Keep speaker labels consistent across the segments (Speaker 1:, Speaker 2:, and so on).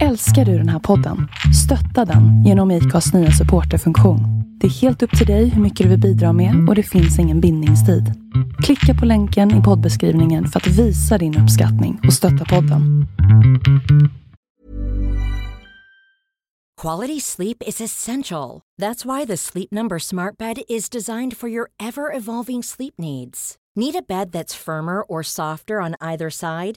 Speaker 1: Älskar du den här podden? Stötta den genom IKAs nya supporterfunktion. Det är helt upp till dig hur mycket du vill bidra med och det finns ingen bindningstid. Klicka på länken i poddbeskrivningen för att visa din uppskattning och stötta podden.
Speaker 2: Quality sleep is essential. That's why the Sleep Number Smart Bed is designed for your ever evolving sleep needs. Need a bed that's firmer or softer on either side?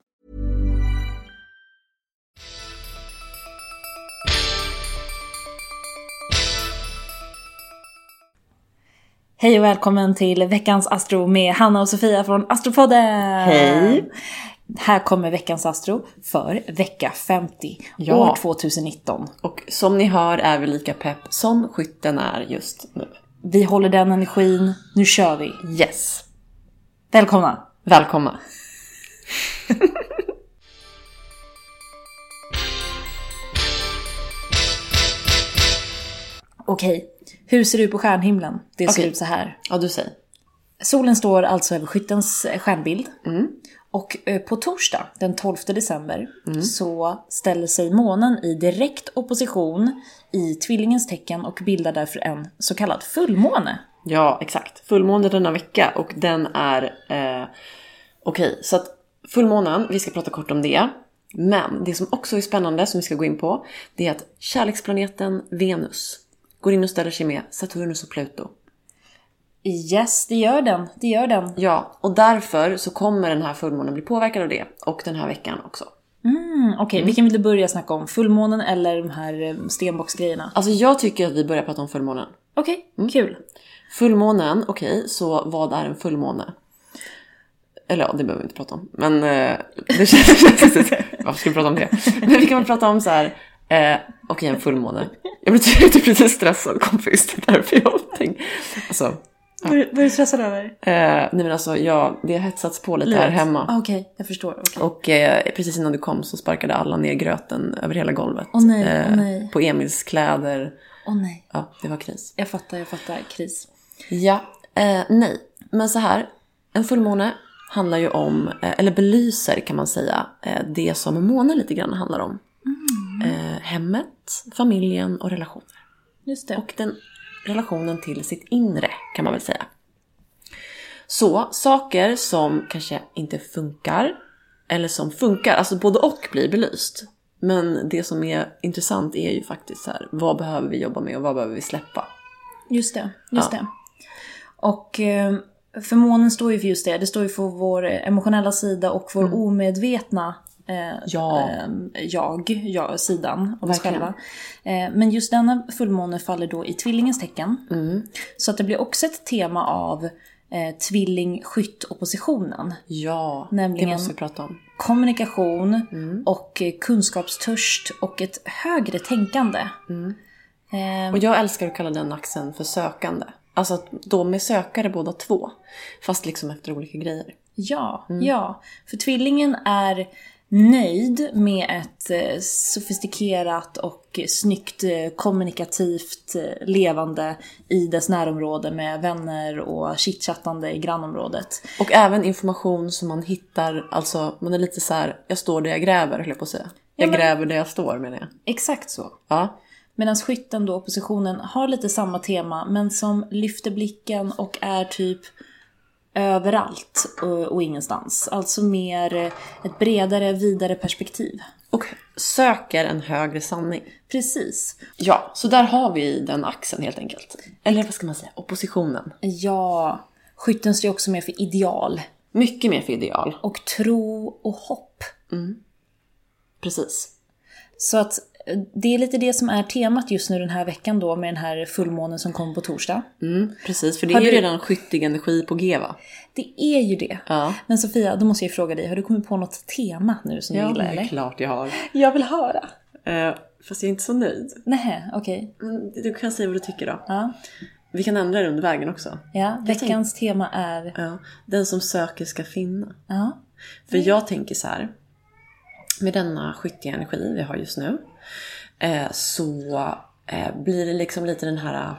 Speaker 3: Hej och välkommen till veckans Astro med Hanna och Sofia från Astropodden!
Speaker 4: Hej.
Speaker 3: Här kommer veckans Astro för vecka 50,
Speaker 4: Ja.
Speaker 3: år 2019.
Speaker 4: Och som ni hör är vi lika pepp som skytten är just nu.
Speaker 3: Vi håller den energin, nu kör vi!
Speaker 4: Yes!
Speaker 3: Välkomna!
Speaker 4: Välkomna!
Speaker 3: Okej, hur ser det ut på stjärnhimlen? Det ser
Speaker 4: Okej.
Speaker 3: ut så här.
Speaker 4: Ja, du säger.
Speaker 3: Solen står alltså över skyttens stjärnbild.
Speaker 4: Mm.
Speaker 3: Och eh, på torsdag, den 12 december,
Speaker 4: Mm.
Speaker 3: så ställer sig månen i direkt opposition i tvillingens tecken och bildar därför en så kallad fullmåne.
Speaker 4: Ja, exakt. Fullmåne denna vecka och den är... Eh, Okej, så att fullmånen, vi ska prata kort om det. Men det som också är spännande, som vi ska gå in på, det är att kärleksplaneten Venus går in och ställer sig med Saturnus och Pluto.
Speaker 3: Yes, det gör den. Det gör den. Mm,
Speaker 4: Ja, och därför så kommer den här fullmånen bli påverkad av det. Och den här veckan också.
Speaker 3: Mm, Okej, vilken vill du börja snacka om? Fullmånen eller de här eh, stenbocksgrejerna? Mm.
Speaker 4: Alltså jag tycker att vi börjar prata om fullmånen.
Speaker 3: Okej, kul.
Speaker 4: Mm. Fullmånen, okej, så vad är en fullmåne? Eller ja, det behöver vi inte prata om. Men eh, det känns... känns- Varför ska vi prata om det? Men vi kan väl prata om så här... Eh, okej, en fullmåne. Jag blev typ typ lite stressad kompis, det är därför jag tänker... Alltså,
Speaker 3: Vad är du stressad över?
Speaker 4: eh, nej men alltså, jag, det har hetsats på lite här hemma.
Speaker 3: Okej, jag förstår. Okej.
Speaker 4: Och eh, precis innan du kom så sparkade alla ner gröten över hela golvet. Eh,
Speaker 3: Åh nej, åh nej.
Speaker 4: På Emils kläder.
Speaker 3: Åh nej,
Speaker 4: Ja, det var kris.
Speaker 3: jag fattar, jag fattar. Kris.
Speaker 4: Ja, eh, nej. Men så här, en fullmåne handlar ju om, eh, eller belyser kan man säga, eh, det som månen lite grann handlar om. Eh, hemmet, familjen och relationer.
Speaker 3: Just det.
Speaker 4: Och den relationen till sitt inre kan man väl säga. Så saker som kanske inte funkar, eller som funkar, alltså både och blir belyst. Men det som är intressant är ju faktiskt så här, vad behöver vi jobba med och vad behöver vi släppa?
Speaker 3: Just det, just
Speaker 4: Ja.
Speaker 3: det. Och eh, för månen står ju för just det, det står ju för vår emotionella sida och vår omedvetna eh,
Speaker 4: Mm. Ja.
Speaker 3: eh, jag, jag-sidan av oss
Speaker 4: Verkligen.
Speaker 3: själva. Eh, men just denna fullmåne faller då i tvillingens tecken.
Speaker 4: Mm.
Speaker 3: Så att det blir också ett tema av eh, tvilling-skytt-oppositionen.
Speaker 4: Ja,
Speaker 3: Nämligen-
Speaker 4: det måste vi prata om.
Speaker 3: Kommunikation
Speaker 4: Mm.
Speaker 3: och eh, kunskapstörst och ett högre tänkande. Eh,
Speaker 4: Mm. Och jag älskar att kalla den axeln för sökande. Alltså att de är sökare båda två. Fast liksom efter olika grejer.
Speaker 3: Ja, ja. För tvillingen är nöjd med ett eh, sofistikerat och snyggt eh, kommunikativt eh, levande i dess närområde med vänner och chitchattande i grannområdet.
Speaker 4: Och även information som man hittar, alltså man är lite så här, jag står där jag gräver höll jag på att säga. Jag
Speaker 3: men-
Speaker 4: gräver där jag står menar jag.
Speaker 3: Exakt så.
Speaker 4: Ja.
Speaker 3: Medan skytten då, oppositionen, har lite samma tema men som lyfter blicken och är typ överallt och, och ingenstans. Alltså mer eh, ett bredare, vidare perspektiv.
Speaker 4: Och söker en högre sanning.
Speaker 3: Precis.
Speaker 4: Ja, så där har vi den axeln helt enkelt. Eller vad ska man säga, oppositionen.
Speaker 3: Ja, skytten står ju också med för ideal
Speaker 4: Mycket mer för ideal.
Speaker 3: Mm. och tro och hopp.
Speaker 4: Precis.
Speaker 3: Så att eh, det är lite det som är temat just nu den här veckan då med den här fullmånen som kommer på torsdag.
Speaker 4: Mm, precis, för det
Speaker 3: Har
Speaker 4: är ju
Speaker 3: du-
Speaker 4: redan skyttig energi på G va?
Speaker 3: Det är ju det.
Speaker 4: Ja.
Speaker 3: Men Sofia, då måste jag ju fråga dig, har du kommit på något tema nu som du
Speaker 4: Ja, det
Speaker 3: gillar
Speaker 4: är
Speaker 3: eller?
Speaker 4: klart jag har.
Speaker 3: Jag vill höra.
Speaker 4: Eh, fast jag är inte så nöjd.
Speaker 3: Nej, okej.
Speaker 4: Men Mm, du kan säga vad du tycker då.
Speaker 3: Ja.
Speaker 4: Vi kan ändra det under vägen också.
Speaker 3: Ja, veckans tema är...
Speaker 4: Ja, den som söker ska finna.
Speaker 3: Ja.
Speaker 4: För jag tänker så här. Med denna skyttiga energi vi har just nu. Eh, så eh, blir det liksom lite den här...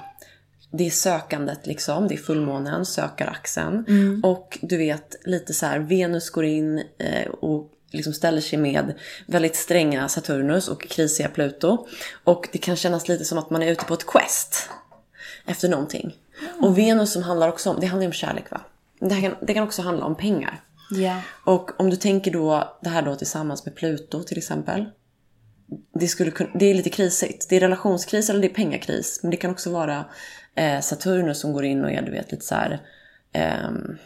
Speaker 4: Det är sökandet liksom. Det är fullmånen, sökaraxeln. Och du vet lite så här. Venus går in eh, och liksom ställer sig med väldigt stränga Saturnus och krisiga Pluto. Och det kan kännas lite som att man är ute på ett quest efter någonting. Och Venus som handlar också om, det handlar ju om kärlek va? Det, här kan, det kan också handla om pengar.
Speaker 3: Ja.
Speaker 4: Och om du tänker då det här då tillsammans med Pluto till exempel. Det, skulle, kun- det är lite krisigt. Det är relationskris eller det är pengakris. Men det kan också vara eh, Saturnus som går in och är du vet lite så här ehm,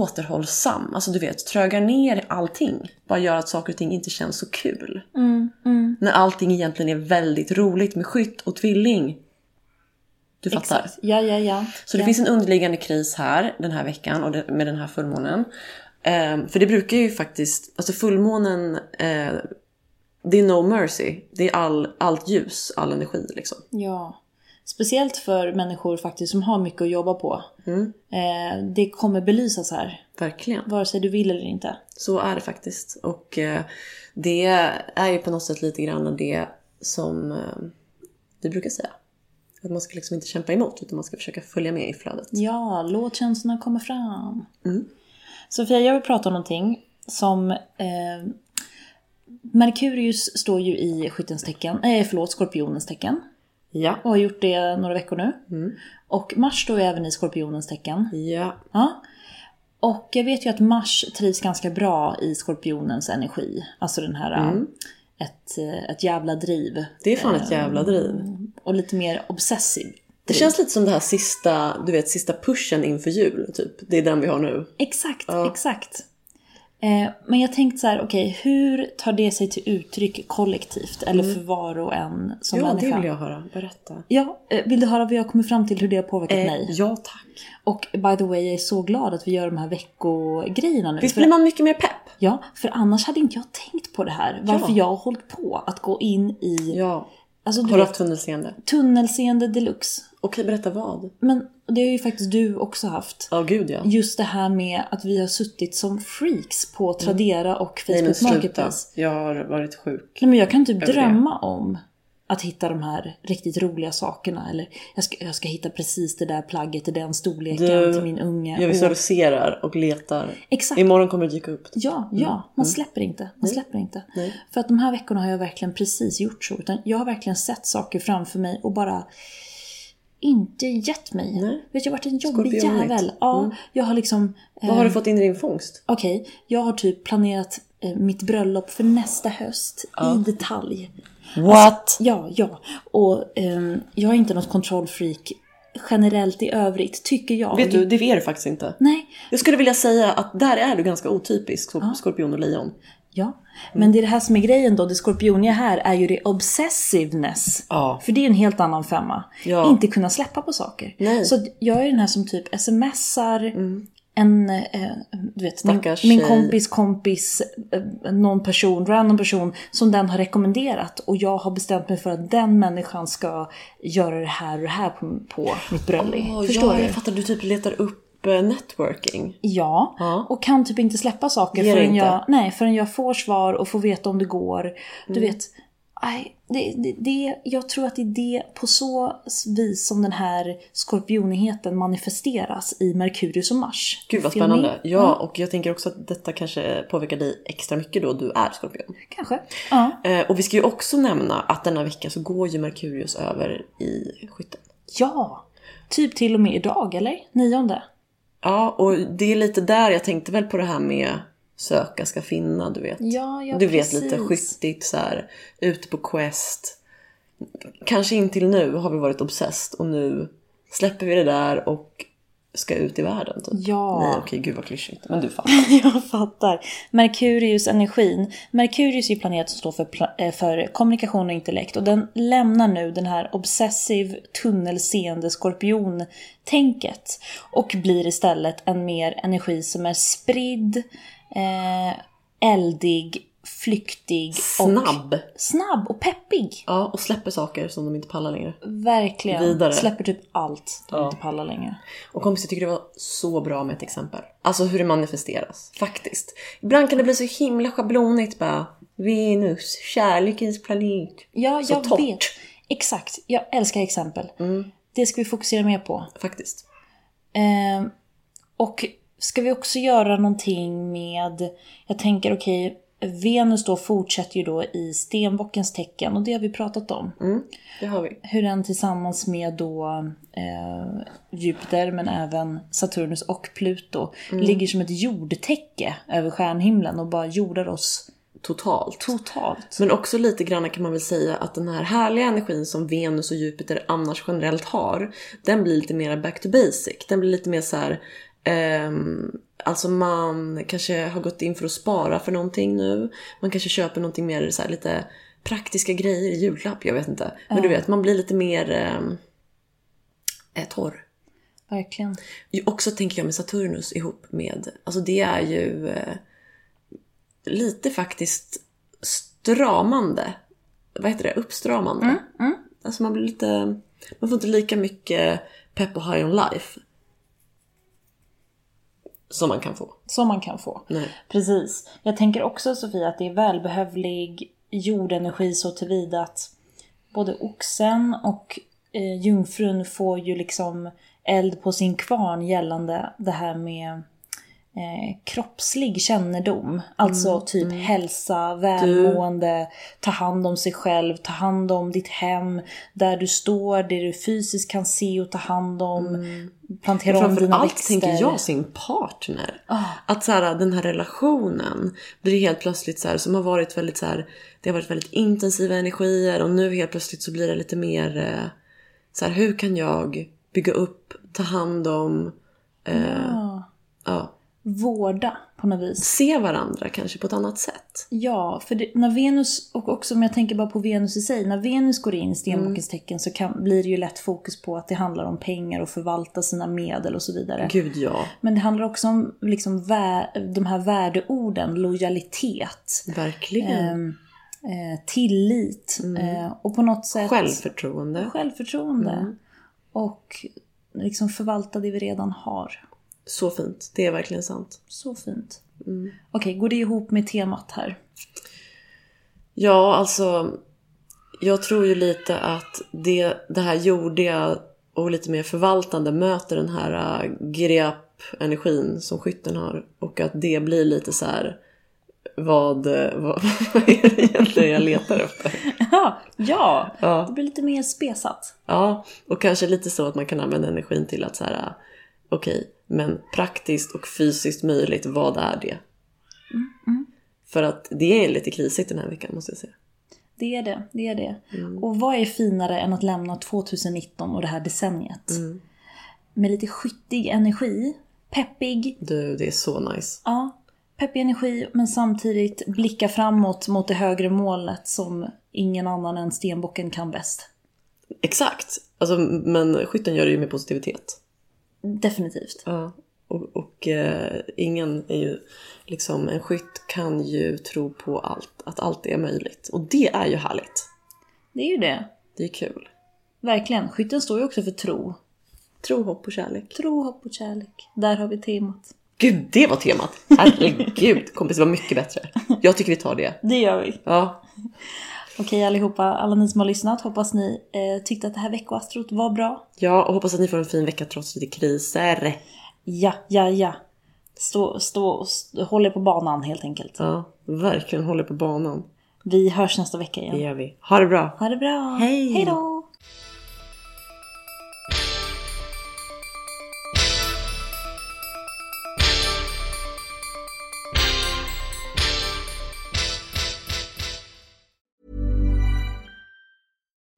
Speaker 4: återhållsam. Alltså du vet, trögar ner allting. Bara gör att saker och ting inte känns så kul. När allting egentligen är väldigt roligt med skytt och tvilling. Du fattar?
Speaker 3: Exakt. Ja, ja, ja.
Speaker 4: Så det finns en underliggande kris här den här veckan och det- med den här fullmånen. Ehm, för det brukar ju faktiskt, alltså fullmånen, eh, det är no mercy. Det är all, allt ljus, all energi liksom.
Speaker 3: Ja. Speciellt för människor faktiskt som har mycket att jobba på. Eh, det kommer belysas här,
Speaker 4: Verkligen.
Speaker 3: vare sig du vill eller inte.
Speaker 4: Så är det faktiskt. Och eh, det är ju på något sätt lite grann det som eh, vi brukar säga. Att man ska liksom inte kämpa emot utan man ska försöka följa med i flödet.
Speaker 3: Ja, låt känslorna komma fram. Sofia, jag vill prata om någonting som... Eh, Merkurius står ju i skyttens tecken, eh, förlåt, skorpionens tecken.
Speaker 4: Ja.
Speaker 3: Och har gjort det några veckor nu. Och Mars står ju även i skorpionens tecken.
Speaker 4: Ja.
Speaker 3: Ja. Och jag vet ju att Mars trivs ganska bra i skorpionens energi. Alltså den här...
Speaker 4: Mm.
Speaker 3: eh, Ett, eh, ett jävla driv.
Speaker 4: Det är fan ett jävla driv.
Speaker 3: Och lite mer obsessiv.
Speaker 4: Det känns lite som det här sista, du vet, sista pushen inför jul, typ. Det är den vi har nu.
Speaker 3: Exakt, exakt. Eh, men jag tänkte så här, okej, hur tar det sig till uttryck kollektivt? Eller för var och en som
Speaker 4: Mm. ja,
Speaker 3: människa?
Speaker 4: det vill jag höra. Berätta.
Speaker 3: Ja, eh, vill du höra vad jag kommer fram till, hur det har påverkat mig?
Speaker 4: Eh, ja, tack.
Speaker 3: Och by the way, jag är så glad att vi gör de här veckogrejerna nu.
Speaker 4: Visst
Speaker 3: för-
Speaker 4: blir man mycket mer pepp?
Speaker 3: Ja, för annars hade inte jag tänkt på det här. Varför jag har hållit på att gå in i...
Speaker 4: Ja.
Speaker 3: Alltså du
Speaker 4: Har du haft
Speaker 3: vet,
Speaker 4: tunnelseende?
Speaker 3: tunnelseende deluxe.
Speaker 4: Okej, berätta vad?
Speaker 3: Men det har ju faktiskt du också haft.
Speaker 4: Ja, gud ja.
Speaker 3: Just det här med att vi har suttit som freaks på Tradera och
Speaker 4: Mm. Nej men
Speaker 3: Facebook
Speaker 4: sluta.
Speaker 3: Marketplace.
Speaker 4: Jag har varit sjuk.
Speaker 3: Nej men jag kan typ
Speaker 4: det.
Speaker 3: drömma om att hitta de här riktigt roliga sakerna. Eller jag ska, jag ska hitta precis det där plagget i den storleken
Speaker 4: Du,
Speaker 3: till min unge.
Speaker 4: Jag
Speaker 3: Och-
Speaker 4: visualiserar och letar.
Speaker 3: Exakt.
Speaker 4: Imorgon kommer det dyka upp.
Speaker 3: Ja, ja, man släpper inte. Man släpper inte.
Speaker 4: Mm. Nej.
Speaker 3: För att de här veckorna har jag verkligen precis gjort så. Utan jag har verkligen sett saker framför mig och bara inte gett mig.
Speaker 4: Nej.
Speaker 3: Vet du, jag har varit en jobbig
Speaker 4: Skorpionigt.
Speaker 3: jävel. Ja, jag har liksom... eh,
Speaker 4: Vad har du fått in i din fångst?
Speaker 3: Okej, jag har typ planerat eh, mitt bröllop för nästa höst i detalj.
Speaker 4: What?
Speaker 3: Ja, ja. Och ehm, jag är inte något kontrollfreak generellt i övrigt, tycker jag.
Speaker 4: Vet du, det är du faktiskt inte.
Speaker 3: Nej,
Speaker 4: Jag skulle vilja säga att där är du ganska otypisk, skor- skorpion och lejon.
Speaker 3: Ja, men det är det här som är grejen då. Det skorpioniga här är ju det obsessiveness.
Speaker 4: Ja.
Speaker 3: För det är en helt annan femma.
Speaker 4: Ja.
Speaker 3: Inte kunna släppa på saker.
Speaker 4: Nej. Mm.
Speaker 3: Så att jag är den här som typ smsar en, eh, du vet, min,
Speaker 4: Stackars
Speaker 3: min
Speaker 4: tjej.
Speaker 3: kompis kompis, eh, någon person, random person som den har rekommenderat. Och jag har bestämt mig för att den människan ska göra det här och det här på, på mitt bröllop.
Speaker 4: Åh,
Speaker 3: Förstår
Speaker 4: ja,
Speaker 3: du?
Speaker 4: Jag fattar, du typ letar upp eh, networking.
Speaker 3: Ja,
Speaker 4: Ja.
Speaker 3: och kan typ inte släppa saker
Speaker 4: Ger det
Speaker 3: förrän
Speaker 4: inte.
Speaker 3: jag, nej, förrän jag får svar och får veta om det går. Du
Speaker 4: Mm.
Speaker 3: vet, aj, det, det, det, jag tror att det är det på så vis som den här skorpionigheten manifesteras i Merkurius och Mars.
Speaker 4: Gud vad
Speaker 3: Feel me?
Speaker 4: spännande. Ja, och jag tänker också att detta kanske påverkar dig extra mycket då du är skorpion.
Speaker 3: Kanske. Ja.
Speaker 4: Eh, och vi ska ju också nämna att denna vecka så går ju Merkurius över i skytten.
Speaker 3: ja, typ till och med idag, eller? Nionde?
Speaker 4: Ja, och det är lite där jag tänkte väl på det här med söka ska finna, du vet.
Speaker 3: Ja, ja,
Speaker 4: du vet
Speaker 3: precis.
Speaker 4: lite skyttigt så här, ute på quest. Kanske intill nu har vi varit obsessed och nu släpper vi det där och ska ut i världen. Typ.
Speaker 3: Ja.
Speaker 4: Nej okej, gud vad klyschigt. Men du fattar.
Speaker 3: Jag fattar. Merkurius energin. Merkurius är ju planet som står för, pla- eh, för kommunikation och intellekt och den lämnar nu den här obsessiv tunnelseende skorpion-tänket och blir istället en mer energi som är spridd, eh, eldig, flyktig och
Speaker 4: Snabb!
Speaker 3: snabb och peppig.
Speaker 4: Ja, och släpper saker som de inte pallar längre.
Speaker 3: Verkligen.
Speaker 4: Vidare.
Speaker 3: Släpper typ allt de
Speaker 4: Ja.
Speaker 3: inte pallar längre.
Speaker 4: Och kompisar tycker det var så bra med ett exempel. Alltså hur det manifesteras, faktiskt. Ibland kan det bli så himla schablonigt bara. Venus, kärlekens planet.
Speaker 3: Ja,
Speaker 4: Så
Speaker 3: jag
Speaker 4: torrt. Mm.
Speaker 3: vet. Exakt. Jag älskar exempel. Det ska vi fokusera mer på.
Speaker 4: Faktiskt.
Speaker 3: Ehm, och ska vi också göra någonting med, jag tänker okej, Venus då fortsätter ju då i stenbockens tecken och det har vi pratat om.
Speaker 4: Det har vi.
Speaker 3: Hur den tillsammans med då eh, Jupiter men även Saturnus och Pluto ligger som ett jordtäcke över stjärnhimlen och bara jordar oss
Speaker 4: Totalt.
Speaker 3: totalt.
Speaker 4: Men också lite grann kan man väl säga att den här härliga energin som Venus och Jupiter annars generellt har, den blir lite mer back to basic. Den blir lite mer så här, ehm, alltså man kanske har gått in för att spara för någonting nu. Man kanske köper någonting mer så här lite praktiska grejer i julklapp, jag vet inte. Men du vet, man blir lite mer ehm, eh, torr.
Speaker 3: Verkligen.
Speaker 4: Ju- Också tänker jag med Saturnus ihop med, alltså det är ju eh, lite faktiskt stramande. Vad heter det? Uppstramande. Alltså man blir lite, man får inte lika mycket pepp och high on life. Som man kan få.
Speaker 3: Som man kan få.
Speaker 4: Nej.
Speaker 3: Precis. Jag tänker också Sofia att det är välbehövlig jordenergi så tillvida att både oxen och eh, jungfrun får ju liksom eld på sin kvarn gällande det här med eh, kroppslig kännedom. Alltså
Speaker 4: Mm,
Speaker 3: typ hälsa, välmående, ta hand om sig själv, ta hand om ditt hem, där du står, det du fysiskt kan se och ta hand om, plantera om dina
Speaker 4: Framförallt
Speaker 3: växter.
Speaker 4: Mm.
Speaker 3: Ah.
Speaker 4: tänker jag sin partner. Att så här, den här relationen blir helt plötsligt så här, som har varit väldigt så här, det har varit väldigt intensiva energier och nu helt plötsligt så blir det lite mer eh, så här, hur kan jag bygga upp, ta hand om,
Speaker 3: Ja.
Speaker 4: ja,
Speaker 3: vårda på något vis.
Speaker 4: se varandra kanske på ett annat sätt.
Speaker 3: Ja, för det, när Venus, och också om jag tänker bara på Venus i sig, när Venus går in i stenbockens
Speaker 4: Mm.
Speaker 3: tecken så kan, blir det ju lätt fokus på att det handlar om pengar och förvalta sina medel och så vidare.
Speaker 4: Gud ja,
Speaker 3: Men det handlar också om liksom, vä- de här värdeorden, lojalitet,
Speaker 4: verkligen.
Speaker 3: ehm, eh, tillit eh, och på något sätt
Speaker 4: Mm. Självförtroende. Mm.
Speaker 3: självförtroende. Och liksom förvalta det vi redan har.
Speaker 4: Så fint, det är verkligen sant.
Speaker 3: Så fint.
Speaker 4: Mm.
Speaker 3: Okej, går det ihop med temat här?
Speaker 4: Ja, alltså. Jag tror ju lite att det, det här jordiga och lite mer förvaltande möter den här äh, grep-energin som skytten har. Och att det blir lite så här. Vad, eh, vad, vad är det egentligen jag letar efter?
Speaker 3: Ja, ja.
Speaker 4: Ja.
Speaker 3: det blir lite mer spesat.
Speaker 4: Ja, och kanske lite så att man kan använda energin till att så här. äh, Okej, men praktiskt och fysiskt möjligt, vad är det? För att det är lite krisigt den här veckan måste jag säga.
Speaker 3: Det är det, det är det. Och vad är finare än att lämna 2019 och det här decenniet? Med lite skyttig energi, peppig,
Speaker 4: Du, det är så nice.
Speaker 3: ja, peppig energi men samtidigt blicka framåt mot det högre målet som ingen annan än stenbocken kan bäst.
Speaker 4: Exakt. Alltså, men skytten gör det ju med positivitet.
Speaker 3: Definitivt.
Speaker 4: Ja. Och, och eh, ingen är ju liksom, en skytt kan ju tro på allt, att allt är möjligt. Och det är ju härligt.
Speaker 3: Det är ju det.
Speaker 4: Det är kul.
Speaker 3: Verkligen. Skytten står ju också för tro.
Speaker 4: Tro, hopp och kärlek.
Speaker 3: Tro, hopp och kärlek. Där har vi temat.
Speaker 4: Gud, det var temat! Herregud, kompis, det var mycket bättre. Jag tycker vi tar det.
Speaker 3: Det gör vi.
Speaker 4: Ja,
Speaker 3: Okej allihopa, alla ni som har lyssnat, hoppas ni eh, tyckte att det här veckoastrot var bra.
Speaker 4: ja och hoppas att ni får en fin vecka trots lite kriser.
Speaker 3: Ja, ja, ja. Stå, stå, stå håll er på banan helt enkelt.
Speaker 4: Ja, verkligen håller på banan.
Speaker 3: Vi hörs nästa vecka
Speaker 4: Det
Speaker 3: igen.
Speaker 4: gör vi. Ha det bra!
Speaker 3: Ha det bra.
Speaker 4: Hej.
Speaker 3: Hej då.